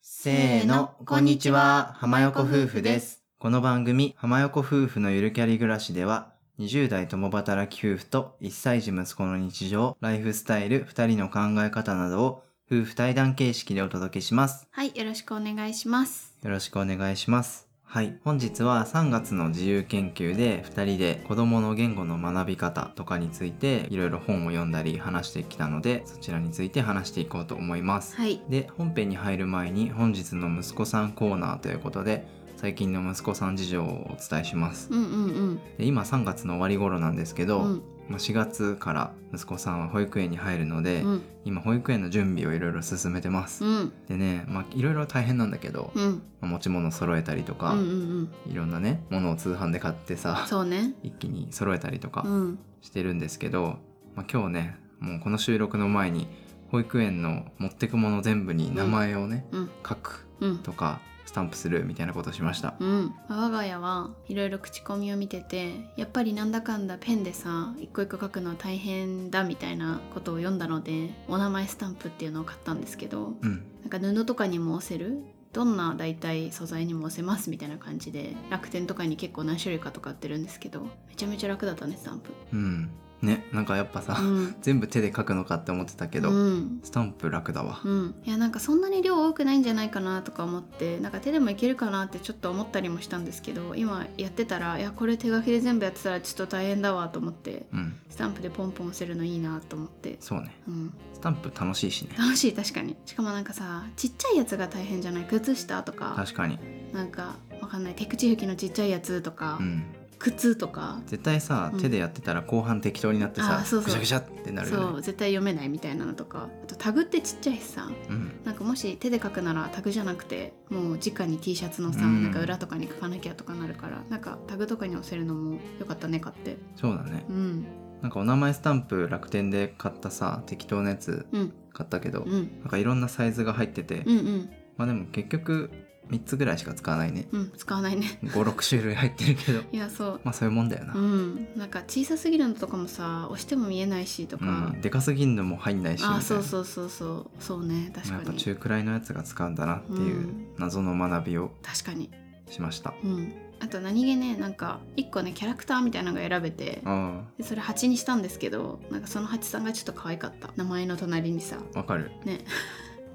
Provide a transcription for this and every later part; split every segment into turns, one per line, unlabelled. せーの、こんにちは、浜横夫婦です。この番組、浜横夫婦のゆるキャリ暮らしでは、20代共働き夫婦と1歳児息子の日常、ライフスタイル、2人の考え方などを夫婦対談形式でお届けします。
はい、よろしくお願いします。
よろしくお願いします。はい。本日は3月の自由研究で2人で子供の言語の学び方とかについていろいろ本を読んだり話してきたのでそちらについて話していこうと思います。
はい、
で本編に入る前に本日の息子さんコーナーということで最近の息子さん事情をお伝えします
うんうんうん。
で今3月の終わり頃なんですけど、
うん
まあ4月から息子さんは保育園に入るので、
うん
今保育園の準備をいろいろ進めてます、
うん
でねまあいろいろ大変なんだけど、
うん
まあ持ち物揃えたりと
うんう
か、
ん。
いろんなねものを通販で買ってさ
そうね。
一気に揃えたりとか
うん
してるんですけど、まあ、今日ねもうこの収録の前に保育園の持ってくもの全部に名前をね、
うん
書く
うん
とかスタンプするみたいなことしました
うん。我が家はいろいろ口コミを見てて、やっぱりなんだかんだペンでさ、一個一個書くのは大変だみたいなことを読んだので、お名前スタンプっていうのを買ったんですけど、
うん
なんか布とかにも押せる。どんな大体素材にも押せますみたいな感じで楽天とかに結構何種類かとか売ってるんですけどめちゃめちゃ楽だったねスタンプ。
うんねなんかやっぱさ、
うん、
全部手で書くのかって思ってたけど、
うん、
スタンプ楽だわ
うん、いやなんかそんなに量多くないんじゃないかなとか思ってなんか手でもいけるかなってちょっと思ったりもしたんですけど今やってたらいやこれ手書きで全部やってたらちょっと大変だわと思って
うん、
スタンプでポンポン押せるのいいなと思って、
そうね
うん、
スタンプ楽しいしね
楽しい確かにしかもなんかさちっちゃいやつが大変じゃない靴下とか
確かに
なんかわかんない手口拭きのちっちゃいやつとか、
うん
靴とか
絶対さ、
うん
手でやってたら後半適当になって
あ
さ
ーそうそう
ぐしゃぐしゃってなる
そ
よね
う絶対読めないみたいなのとかあとタグってちっちゃいしさ
うん
なんかもし手で書くならタグじゃなくてもう直に T シャツのさ、
うん
なんか裏とかに書かなきゃとかなるからなんかタグとかに押せるのもよかったね買って
そうだね
うん
なんかお名前スタンプ楽天で買ったさ適当なやつ
うん
買ったけど、
うん
なんかいろんなサイズが入ってて、
うんうん
まあでも結局3つぐらいしか使わないね
うん使わないね
56種類入ってるけど
いやそう
まあそういうもんだよな、
うんなんか小さすぎるのとかもさ押しても見えないしとか
うん、、でかすぎんのも入んないしみたいな
あそうそうそうそうそうね確
まあ
か
やっ
に、
ぱ中くらいのやつが使うんだなっていう
うん
謎の学びを
確かに
しました、
うんあと何気ねなんか一個ねキャラクターみたいなのが選べて
あ
でそれ蜂にしたんですけどなんかその蜂さんがちょっと可愛かった名前の隣にさ
あわかる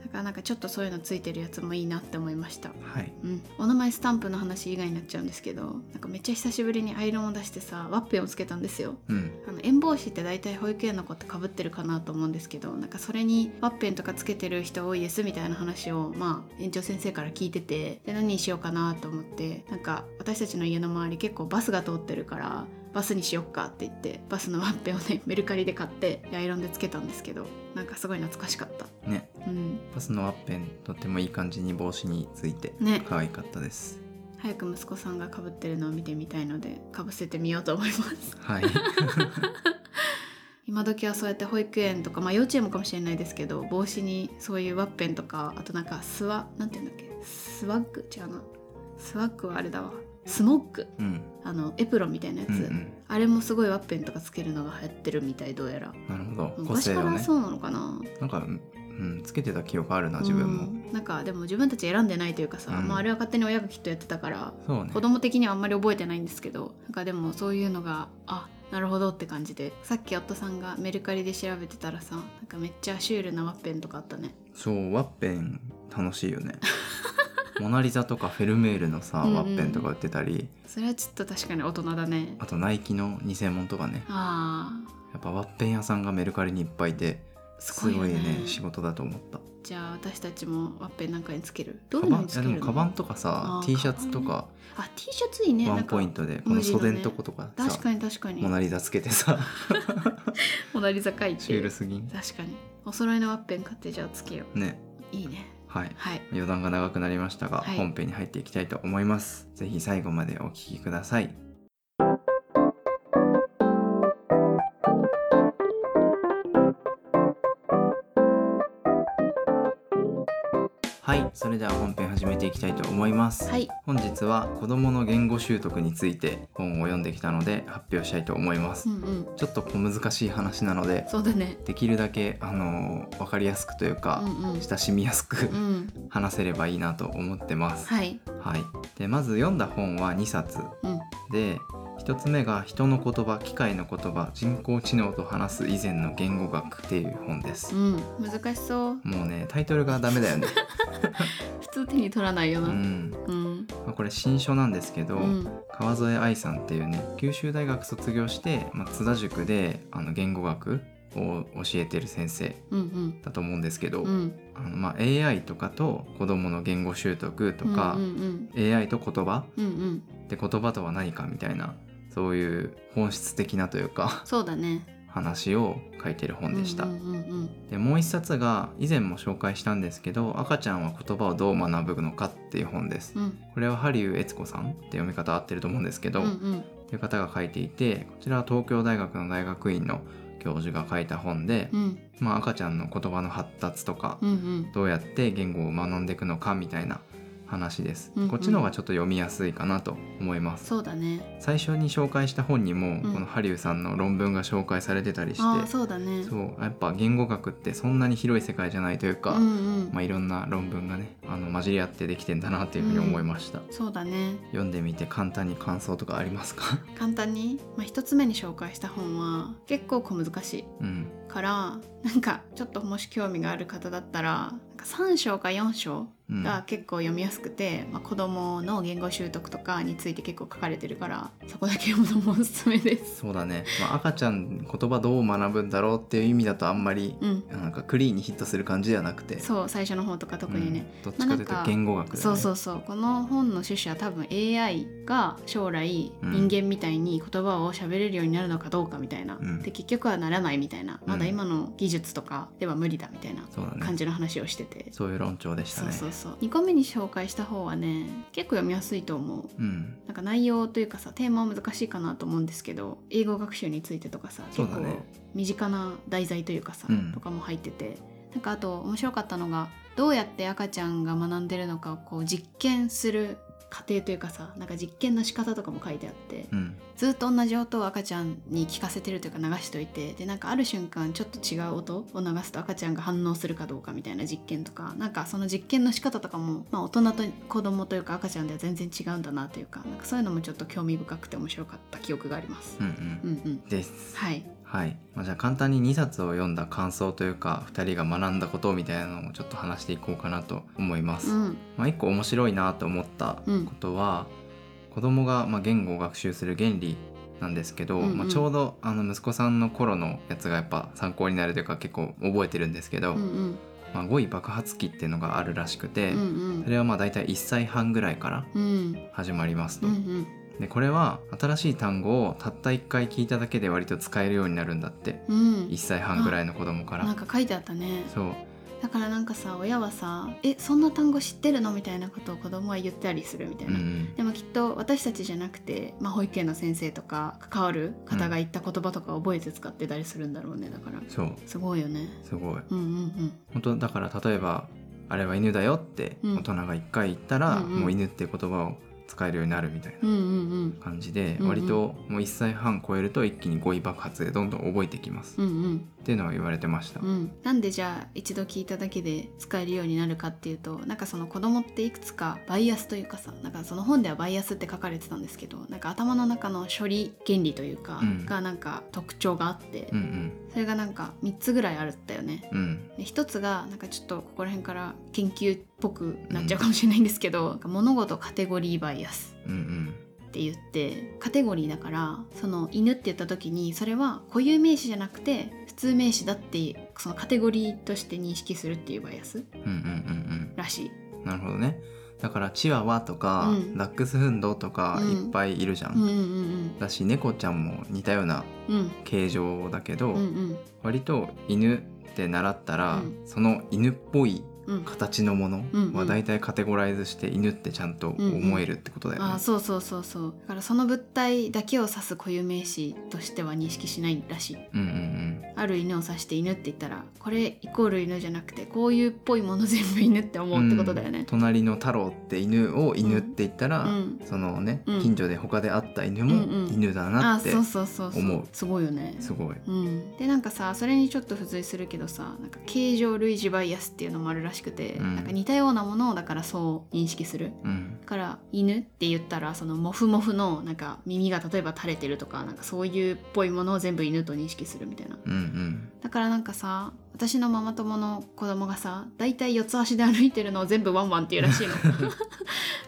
だからなんかちょっとそういうのついてるやつもいいなって思いました。
はい
うん、お名前スタンプの話以外になっちゃうんですけどなんかめっちゃ久しぶりにアイロンを出してさワッペンをつけたんですよ
うん
あの縁防止って大体保育園の子ってかぶってるかなと思うんですけどなんかそれにワッペンとかつけてる人多いですみたいな話をまあ園長先生から聞いててで何にしようかなと思ってなんか私たちの家の周り結構バスが通ってるからバスにしよっかって言ってバスのワッペンをねメルカリで買ってアイロンでつけたんですけどなんかすごい懐かしかった
ね
うん
パスのワッペンとってもいい感じに帽子について
ね
可愛かったです、
早く息子さんがかぶってるのを見てみたいのでかぶせてみようと思います
はい
今時はそうやって保育園とか、まあ、幼稚園もかもしれないですけど帽子にそういうワッペンとかあとなんかスワなんていうんだっけスワッグ違うなスワッグはあれだわスモッグ
うん
あのエプロンみたいなやつ、
うんうん
あれもすごいワッペンとかつけるのが流行ってるみたいどうやら
なるほど個
昔
性
か
を
ら
ね
そうなのかな
なんかうんうんつけてた記憶あるな自分も、
うんなんかでも自分たち選んでないというかさ、
うん
まあ、あれは勝手に親がきっとやってたから
そうね
子供的にはあんまり覚えてないんですけどなんかでもそういうのがあなるほどって感じでさっき夫さんがメルカリで調べてたらさなんかめっちゃシュールなワッペンとかあったね
そうワッペン楽しいよね モナリザとかフェルメールのさ
うんうん
ワッペンとか売ってたり、
それはちょっと確かに大人だね
あとナイキの偽物とかね
あ
やっぱワッペン屋さんがメルカリにいっぱいいて
ー
す
す
ご
ご
い
いよ
ね
ね
仕事だと思った
じゃあ私たちもワッペンなんかにつけるどうい
カ
う
バ
の
ンい
につ
や
け
で
る
もカバ
の
ンとかさ
あー
T シャツとか
あ T シャツいいね
ワ
なん
ン
か
ポイントでこの
無地のね
袖んとことかさ、
確かに確かに
モナリザつけて さ
モナリザ書い
シュー
て
ルすぎん
確かにお揃いのワッペン買ってじゃあつけよ
ね
ういいね
はい
はい
余談が長くなりましたが、
はい
本編に入っていきたいと思いますぜひ最後までお聞きくださいはいそれでは本編始めていきたいと思います、
はい
本日は子どもの言語習得について本を読んできたので発表したいと思います、
うんうん
ちょっと小難しい話なので
そうだね
できるだけあの分かりやすくという
う
か、
んうん
親しみやすく
うん
話せればいいなと思ってます、
はい
はい、でまず読んだ本は2冊
うん
で1つ目が「人の言葉機械の言葉人工知能と話す以前の言語学」っていう本です、
うん難しそう
もうねタイトルがダメだよ ね、
普通手に取らないよ
う
なんうん
まあこれ新書なんですけど、
うん
川添愛さんっていうね九州大学卒業して、まあ、津田塾であの言語学を教えてる先生
うん
だと思うんですけど、
うんうん
あのまあ、AI とかと子どもの言語習得とか
うん、うん
AI と言葉
うんうんうん
で言葉とは何かみたいなそういう本質的なというか
そうだね
話を書いてる本でした。
うんうんうん
でもう一冊が以前も紹介したんですけど「赤ちゃんは言葉をどう学ぶのか」っていう本です。
うん
これはハリウエツコさんって読み方合ってると思うんですけど、
うんうん
という方が書いていてこちらは東京大学の大学院の教授が書いた本で、
うん
まあ、赤ちゃんの言葉の発達とか、
うんうん
どうやって言語を学んでいくのかみたいな話です、
うんうん
こっちの方がちょっと読みやすいかなと思います
そうだね
最初に紹介した本にも、
うん
このハリウさんの論文が紹介されてたりして
ああそうだね
そうやっぱ言語学ってそんなに広い世界じゃないというか、
うんうん
まあ、いろんな論文がねあの混じり合ってできてんだなというふうに思いました、
そうだね
読んでみて簡単に感想とかありますか
簡単に、まあ、一つ目に紹介した本は結構小難しい
うん
からなんかちょっともし興味がある方だったらなんか3章か4章
うん
が結構読みやすくて、まあ、子どもの言語習得とかについて結構書かれてるからそこだけ読むのもおすすめです。
そうだね、まあ、赤ちゃん言葉どう学ぶんだろうっていう意味だとあんまり
うん、
なんかクリーンにヒットする感じではなくて
そう最初の方とか特にね、
うんどっちかというと言語学だよね
そうそうそうこの本の趣旨は多分 AI が将来
うん
人間みたいに言葉を喋れるようになるのかどうかみたいな、
うん
で結局はならないみたいな、まだ
うん
今の技術とかでは無理だみたいな
そうだ
感
ね
じの話をしてて、
そういう論調でした
そ
ね
うそうそう2個目に紹介した方はね結構読みやすいと思
う
う
ん
なんか内容というかさテーマは難しいかなと思うんですけど英語学習についてとかさ、
そう
結
だ
構
ね
身近な題材というかさ、
うん
とかも入っててなんかあと面白かったのがどうやって赤ちゃんが学んでるのかをこう実験する過程というかさなんか実験の仕方とかも書いてあって、
うん
ずっと同じ音を赤ちゃんに聞かせてるというか流しといてでなんかある瞬間ちょっと違う音を流すと赤ちゃんが反応するかどうかみたいな実験とかなんかその実験の仕方とかも、まあ、大人と子供というか赤ちゃんでは全然違うんだなというかなんかそういうのもちょっと興味深くて面白かった記憶があります
う。んうん
うんうん、
です
はい、
はい、まあ、じゃあ簡単に2冊を読んだ感想というか2人が学んだことみたいなのをちょっと話していこうかなと思います、
うん
まあ、1個面白いなと思った
うん
ことは、子供がまあ言語を学習する原理なんですけど、
うんうん
まあ、ちょうどあの息子さんの頃のやつがやっぱ参考になるというか結構覚えてるんですけど、
うんうん
まあ、語彙爆発期っていうのがあるらしくて、
うん
それはまあ大体1歳半ぐらいから
うんうん
始まります
う
と。
ん
でこれは新しい単語をたった1回聞いただけで割と使えるようになるんだって
うん
1歳半ぐらいの子供から。
なんか書いてあったね
そう
だからなんかさ親はさ「えそんな単語知ってるの?」みたいなことを子供は言ったりするみたい
うんう
な。
ん
でもきっと私たちじゃなくて、まあ、保育園の先生とか関わる方が言った言葉とか覚えて使ってたりするんだろうねだから
そう
すごいよね
すごい
うんうんうん
本当だから例えば「あれは犬だよ」って
うん
大人が1回言ったら、
うんうん
もう犬って言葉を使えるようになるみたいな
うんうんうん
感じで、
うんうん
割ともう1歳半超えると一気に語彙爆発でどんどん覚えてきます、
う
っ
んうん
ていうのは言われてました。
うん、なんでじゃあ一度聞いただけで使えるようになるかっていうとなんかその子供っていくつかバイアスというかさなんかその本ではバイアスって書かれてたんですけどなんか頭の中の処理原理というか、
うん
がなんか特徴があって、
うん、うん、
それがなんか3つぐらいあるったよね
うん
で一つがなんかちょっとここら辺から研究っぽくなっちゃうかもしれないんですけど、なんか物事カテゴリーバイアス
うんうん
って言ってカテゴリーだからその犬って言った時にそれは固有名詞じゃなくて普通名詞だってそのカテゴリーとして認識するっていうバイアス
うんうんうん
らしい。
うんなるほどねだからチワワとか、
うん
ダックスフンドとか
うん
いっぱいいるじゃん、
うんうん
だし猫ちゃんも似たような
うんうん
形状だけど、
うんうん
割と犬って習ったら、
うん
その犬っぽい
うん
形のもの
うんう
は
ん
大体カテゴライズして犬ってちゃんと思えるってことだよね。
あーそうそうそうそうだからその物体だけを指す固有名詞としては認識しないらしい
うんうんうん
ある犬を指して犬って言ったらこれイコール犬じゃなくてこういうっぽいもの全部犬って思うってことだよ
うん
ね、
隣の太郎って犬を犬って言ったら、
うん
そのね、
うん
近所で他で会った犬
うんう
も
ん
犬だ
あ
な
あ
って、
そうそうそうそう
思う
すごいよね
すごい。
うん、でなんかさそれにちょっと付随するけどさなんか形状類似バイアスっていうのもあるらしくて、
うん
なんか似たようなものをだからそう認識する
うん
だから犬って言ったらそのモフモフのなんか耳が例えば垂れてるとかなんかそういうっぽいものを全部犬と認識するみたいな
うんうん
だからなんかさ私のママ友の子供がさだいたい四つ足で歩いてるのを全部ワンワンっていう らしいの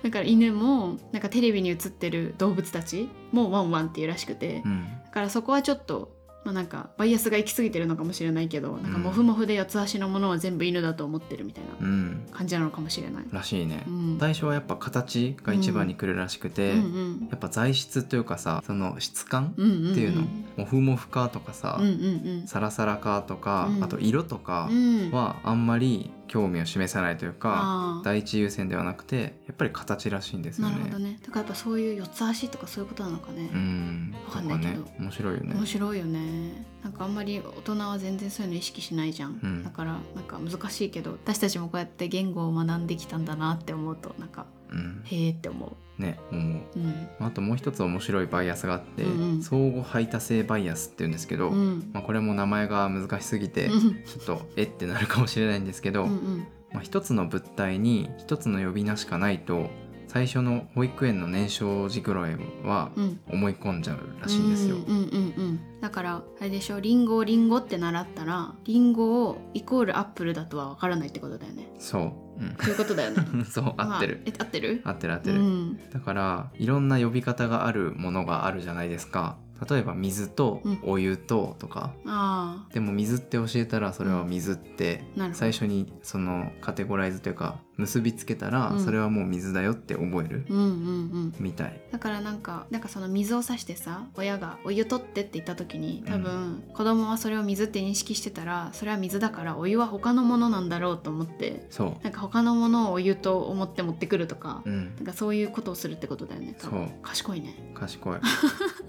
だから犬もなんかテレビに映ってる動物たちもワンワンっていうらしくて
うん
だからそこはちょっと、まあ、なんかバイアスが行き過ぎてるのかもしれないけどなんか
うん
モフモフで四つ足のものは全部犬だと思ってるみたい
うんう
なん感じなのかもしれない。
らしいね
う。ん、
最初はやっぱ形が一番に来るらしくて、
うんうん
やっぱ材質というかさその質感
うんうんうん
っていうの、モフモフかとかさ、
うんうん
サラサラかとか、
うん
あと色とか
うんうん
はあんまり興味を示さないというか、
あー
第一優先ではなくてやっぱり形らしいんですよ
な
ね。
るほどねだからやっぱそういう四つ足とかそういうことなのかね、
うん、
わかんないけど
とかね面白いよね。
面白いよねなんかあんまり大人は全然そういうの意識しないじゃん、
うん
だからなんか難しいけど私たちもこうやって言語を学んできたんだなって思うとなんか
うん、
へえって思
ね、思う。
ううん、
あともう一つ面白いバイアスがあって、
うんうん
相互排他性バイアスっていうんですけど、
うん
まあ、これも名前が難しすぎて、
う
ち
ん
ょっとえってなるかもしれないんですけど、
うんうん
まあ、一つの物体に一つの呼び名しかないと最初の保育園の年少児ぐらいは
うん
思い込んじゃうらしいんですよ。
うんうんうんうん、だからあれでしょリンゴをリンゴって習ったらリンゴをイコールアップルだとは分からないってことだよね。
そう、うん
ということだよね。
そう 合ってる
まあ、え合ってる
合ってる合って
う
る。
ん
だからいろんな呼び方があるものがあるじゃないですか例えば水と
うん
お湯ととか、
あ
でも水って教えたらそれは水って
なるほど
最初にそのカテゴライズというか結びつけたら
うん
それはもう水だよって覚える
ーうんうんうん。
みたい。
だからなんかなんかその水をさしてさ親が「お湯取って」って言った時に多分子供はそれを水って認識してたらそれは水だからお湯は他のものなんだろうと思って
そ
なんか他のものをお湯と思って持ってくるとか
う、うん
なんかそういうことをするってことだよね多分
そう
賢いね。
賢いだか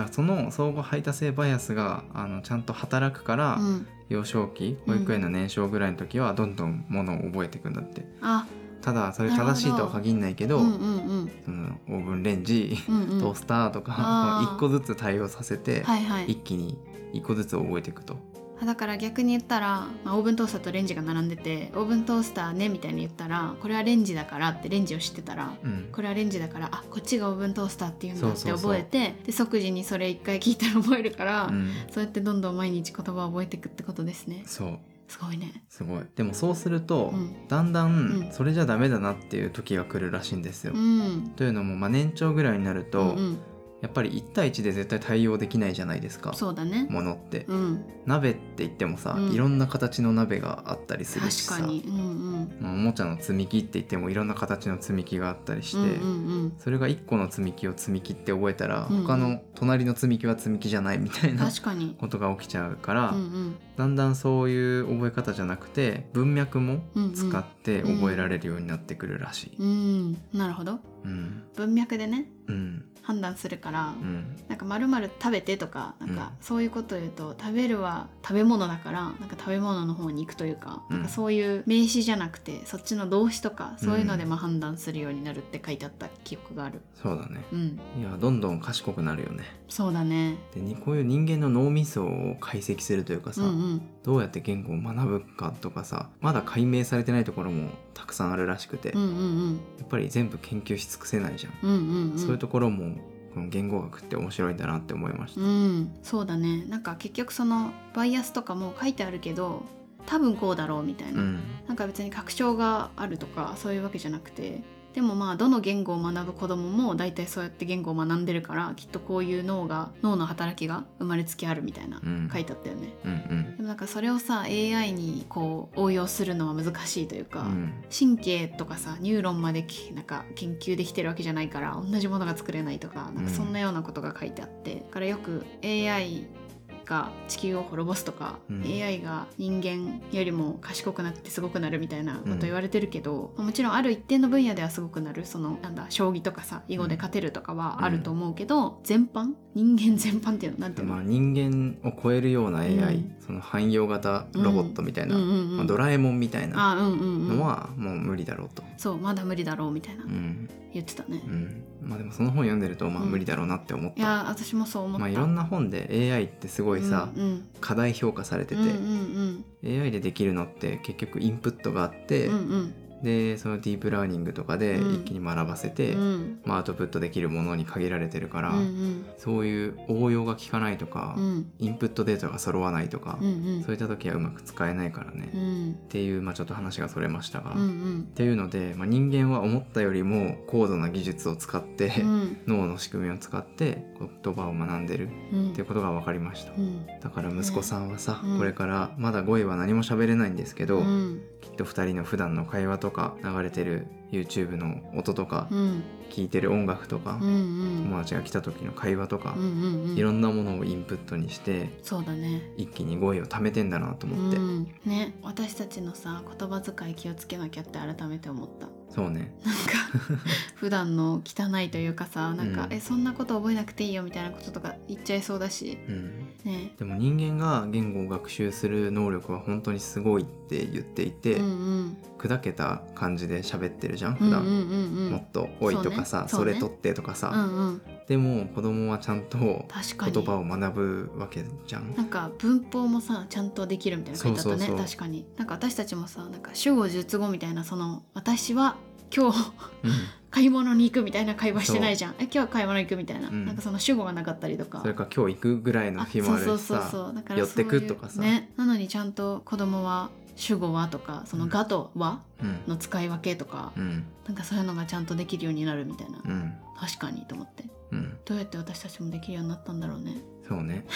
らその相互排他性バイアスがあのちゃんと働くから、
うん、
幼少期保育園の年少ぐらいの時はどんどんものを覚えていくんだって
あ
ただそれ正しいとは限んないけど
うんうんうん
そのオーブンレンジ
うんうん
トースターとか、
あー
その一個ずつ対応させて、
はいはい
一気に一個ずつ覚えていくと。
あだから逆に言ったら、まあ、オーブントースターとレンジが並んでてオーブントースターねみたいに言ったらこれはレンジだからってレンジを知ってたら
うん、
これはレンジだからあこっちがオーブントースターっていうんだ
そ
っ
う
て
そうそう
覚えてで即時にそれ一回聞いたら覚えるから、
うん
そうやってどんどん毎日言葉を覚えていくってことですね
そう
すごいね
すごいでもそうすると、
うん
だんだ
うんん
それじゃダメだなっていう時が来るらしいんですよ。
うん
というのも、まあ、年長ぐらいになると、
うんうん
やっぱり1対1で絶対対応できないじゃないですか
そうだね
ものって、
うん
鍋って言ってもさ、
うん
いろんな形の鍋があったりするし
確
さ
かにうんうん
まあおもちゃの積み木って言ってもいろんな形の積み木があったりして、
うんうん
それが1個の積み木を積み木って覚えたら、
うんうん
他の隣の積み木は積み木じゃないみたい
うん
な
確かに
ことが起きちゃうから、
うんうん
だんだんそういう覚え方じゃなくて文脈も使って覚えられるようになってくるらしい。
うんなるほど
うん
文脈でね
うん
判断するから、
うん
なんか丸々食べてとかなんかそういうことを言うと、食べるは食べ物だからなんか食べ物の方に行くというか,、
うん
なんかそういう名詞じゃなくてそっちの動詞とかそういうので
うん
まあ判断するようになるって書いてあった記憶がある
そうだね。
うん
いやどんどん賢くなるよね。
そうだね
でにこういう人間の脳みそを解析するというか
う
さ、
んうん
どうやって言語を学ぶかとかさまだ解明されてないところもたくさんあるらしくて、
うん
や
うん
っぱり全部研究し尽くせないじゃん。
うんうんうんうん
そういうところもこの言語学って面白いんだなって思いました。
うんそうだねなんか結局そのバイアスとかも書いてあるけど多分こうだろうみたいな、
うん
なんか別に確証があるとかそういうわけじゃなくてでもまあどの言語を学ぶ子供も大体そうやって言語を学んでるからきっとこういう脳が脳の働きが生まれつきあるみたいな
うん
書いてあったよね。
うんうん
でもなんかそれをさ AI にこう応用するのは難しいという
う
か、
ん
神経とかさニューロンまできなんか研究できてるわけじゃないから同じものが作れないとかなんかそんなようなことが書いてあって、だからよく AI がか地球を滅ぼすとか、
うん
AI が人間よりも賢くなってすごくなるみたいなこ
うん
と言われてるけど、まあもちろんある一定の分野ではすごくなるそのなんだ将棋とかさ囲碁で勝てるとかはあると思うけど、全般人間全般っていうのなんていうの、
まあ、人間を超えるような AI、
うん
その汎用型ロボットみたいな、
うんうんうん
まあ、ドラえもんみたいな
あうんうんうん
のはもう無理だろうと。
そうまだ無理だろうみたいな
うん
言ってたね、
うんまあ、でもその本読んでるとまあ
うん
無理だろうなって思っ
い
た、
やー私もそう思った、
まあ、いろんな本で AI ってすごいさ、
うんうん
課題評価されてて、
うんうん
AI でできるのって結局インプットがあって、
うんうん
でそのディープラーニングとかで
うん
一気に学ばせて、
うん
まあ、アウトプットできるものに限られてるから、
うん
そういう応用が効かないとか、
うんうん
インプットデータが揃わないとか、
うんうん
そういった時はうまく使えないからね、
う
っ
ん
ていう、まあ、ちょっと話がそれましたが、
うんう
っ
ん
ていうので、まあ、人間は思ったよりも高度な技術を使って、
うん
脳の仕組みを使って言葉を学んでる
うん
っていうことが分かりました
うん
だから息子さんはさ、
うん
これからまだ語彙は何も喋れないんですけど、
うん
きっと2人の普段の会話とか流れてる YouTube の音とか、
うん
聴いてる音楽とか、
うんうん
友達が来た時の会話とか
う、んうんうん
いろんなものをインプットにして
そうだね
一気に語彙を貯めてんだなと思って、
うん、ね私たちのさ言葉遣い気をつけなきゃって改めて思った
そうね
なんか 普段の汚いというかさなんか、
うん
えそんなこと覚えなくていいよみたいなこととか言っちゃいそうだし
うん
ね
でも人間が言語を学習する能力は本当にすごいって言っていて、
うんうん
砕けた感じで喋ってるじゃん
う
普
んうんう
段、
んうん
もっと「おい」とかさ「
そ
そう
ね
れ取って」とか
う
さ、
んうん
でも子供はちゃんと
確かに
言葉を学ぶわけじゃん
なんか文法もさちゃんとできるみたいな書いてあった
そ
ね
うそうそう
確かになんか私たちもさなんか主語述語みたいなその私は今日
うん
買い物に行くみたいな会話してないじゃんえ今日買い物行くみたいな、
うん
なんかその主語がなかったりとか
それか今日行くぐらいの日もあるしさ
うだか
寄ってく
そういう
とかさ
ね、なのにちゃんと子供は主語はとかそうの
ん
「が」と「は
うん」
の使い分けとか、
うん
なんかそういうのがちゃんとできるようになるみたいな、
うん
確かにと思って
うん
どうやって私たちもできるようになったんだろうね。
そう ね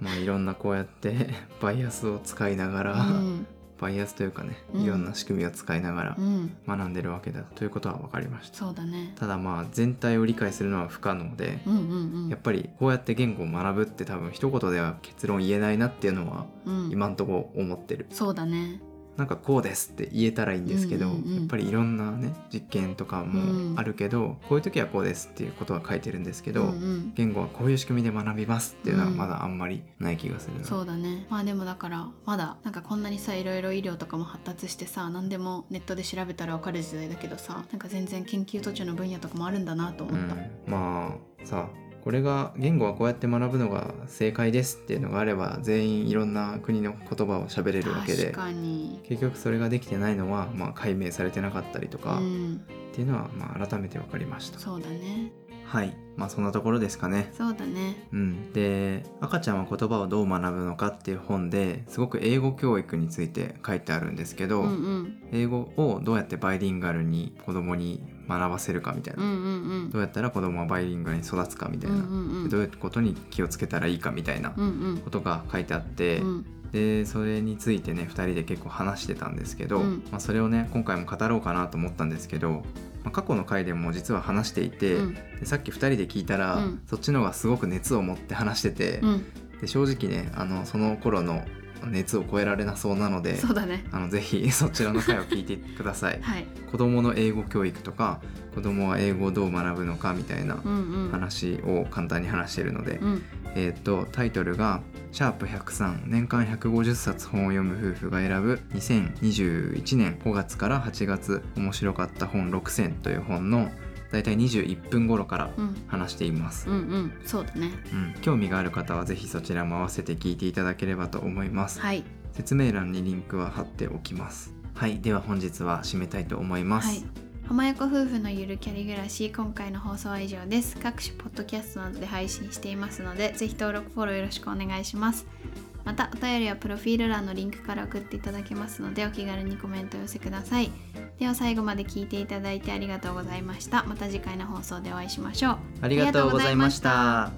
まあいろんなこうやって バイアスを使いなが
う
ら、
ん
バイアスというかね
うん
いろんな仕組みを使いながら
うん、
学んでるわけだということは分かりました
そうだね
ただまあ全体を理解するのは不可能で、
うんうんうん
やっぱりこうやって言語を学ぶって多分一言では結論言えないなっていうのは
うん、
今んとこ思ってる、
そうだね
なんかこうですって言えたらいいんですけど、
うんうんうん
やっぱりいろんなね実験とかもあるけど、こういう時はこうですっていうことは書いてるんですけど、
うんうん
言語はこういう仕組みで学びますっていうのはまだあんまりない気がするな、
そうだねまあでもだからまだなんかこんなにさいろいろ医療とかも発達してさ何でもネットで調べたらわかる時代だけどさなんか全然研究途中の分野とかもあるんだなと思った、
うんまあさこれが言語はこうやって学ぶのが正解ですっていうのがあれば全員いろんな国の言葉を喋れるわけ
確
で
かに、
結局それができてないのは、まあ、解明されてなかったりと
う
か、
ん、
っていうのは、まあ、改めて分かりました
そうだね
はいまあそんなところですかね
そうだね
うん、で「赤ちゃんは言葉をどう学ぶのか」っていう本ですごく英語教育について書いてあるんですけど、
うんうん
英語をどうやってバイリンガルに子供に学ばせるかみたい
うんう
な、
んうん
どうやったら子供はバイリンガルに育つかみたいな、
うんうんうん
どういうことに気をつけたらいいかみたいな
うんうん
ことが書いてあって、
うん
でそれについてね2人で結構話してたんですけど、
うん
まあ、それをね今回も語ろうかなと思ったんですけど、まあ、過去の回でも実は話していて、
うん
でさっき2人で聞いたら、
うん
そっちの方がすごく熱を持って話してて、
うん
で正直ねあのその頃の熱を超えられなそうなので
そうだね
あのぜひそちらの回を聞いてください。
はい
子どもの英語教育とか子どもは英語をどう学ぶのかみたいな
うんうん
話を簡単に話してるので、
うん
えー、とタイトルが「シャープ #103 年間150冊本を読む夫婦が選ぶ2021年5月から8月面白かった本6選」という本のだいたい21分頃から
うん
話しています
う、んうんそうだね
うん、興味がある方はぜひそちらも合わせて聞いていただければと思います
はい
説明欄にリンクは貼っておきますはいでは本日は締めたいと思います、
はい浜横夫婦のゆるキャリ暮らし今回の放送は以上です各種ポッドキャストなどで配信していますのでぜひ登録フォローよろしくお願いしますまたお便りはプロフィール欄のリンクから送っていただけますのでお気軽にコメントをお寄せくださいでは最後まで聞いていただいてありがとうございましたまた次回の放送でお会いしましょう
ありがとうございました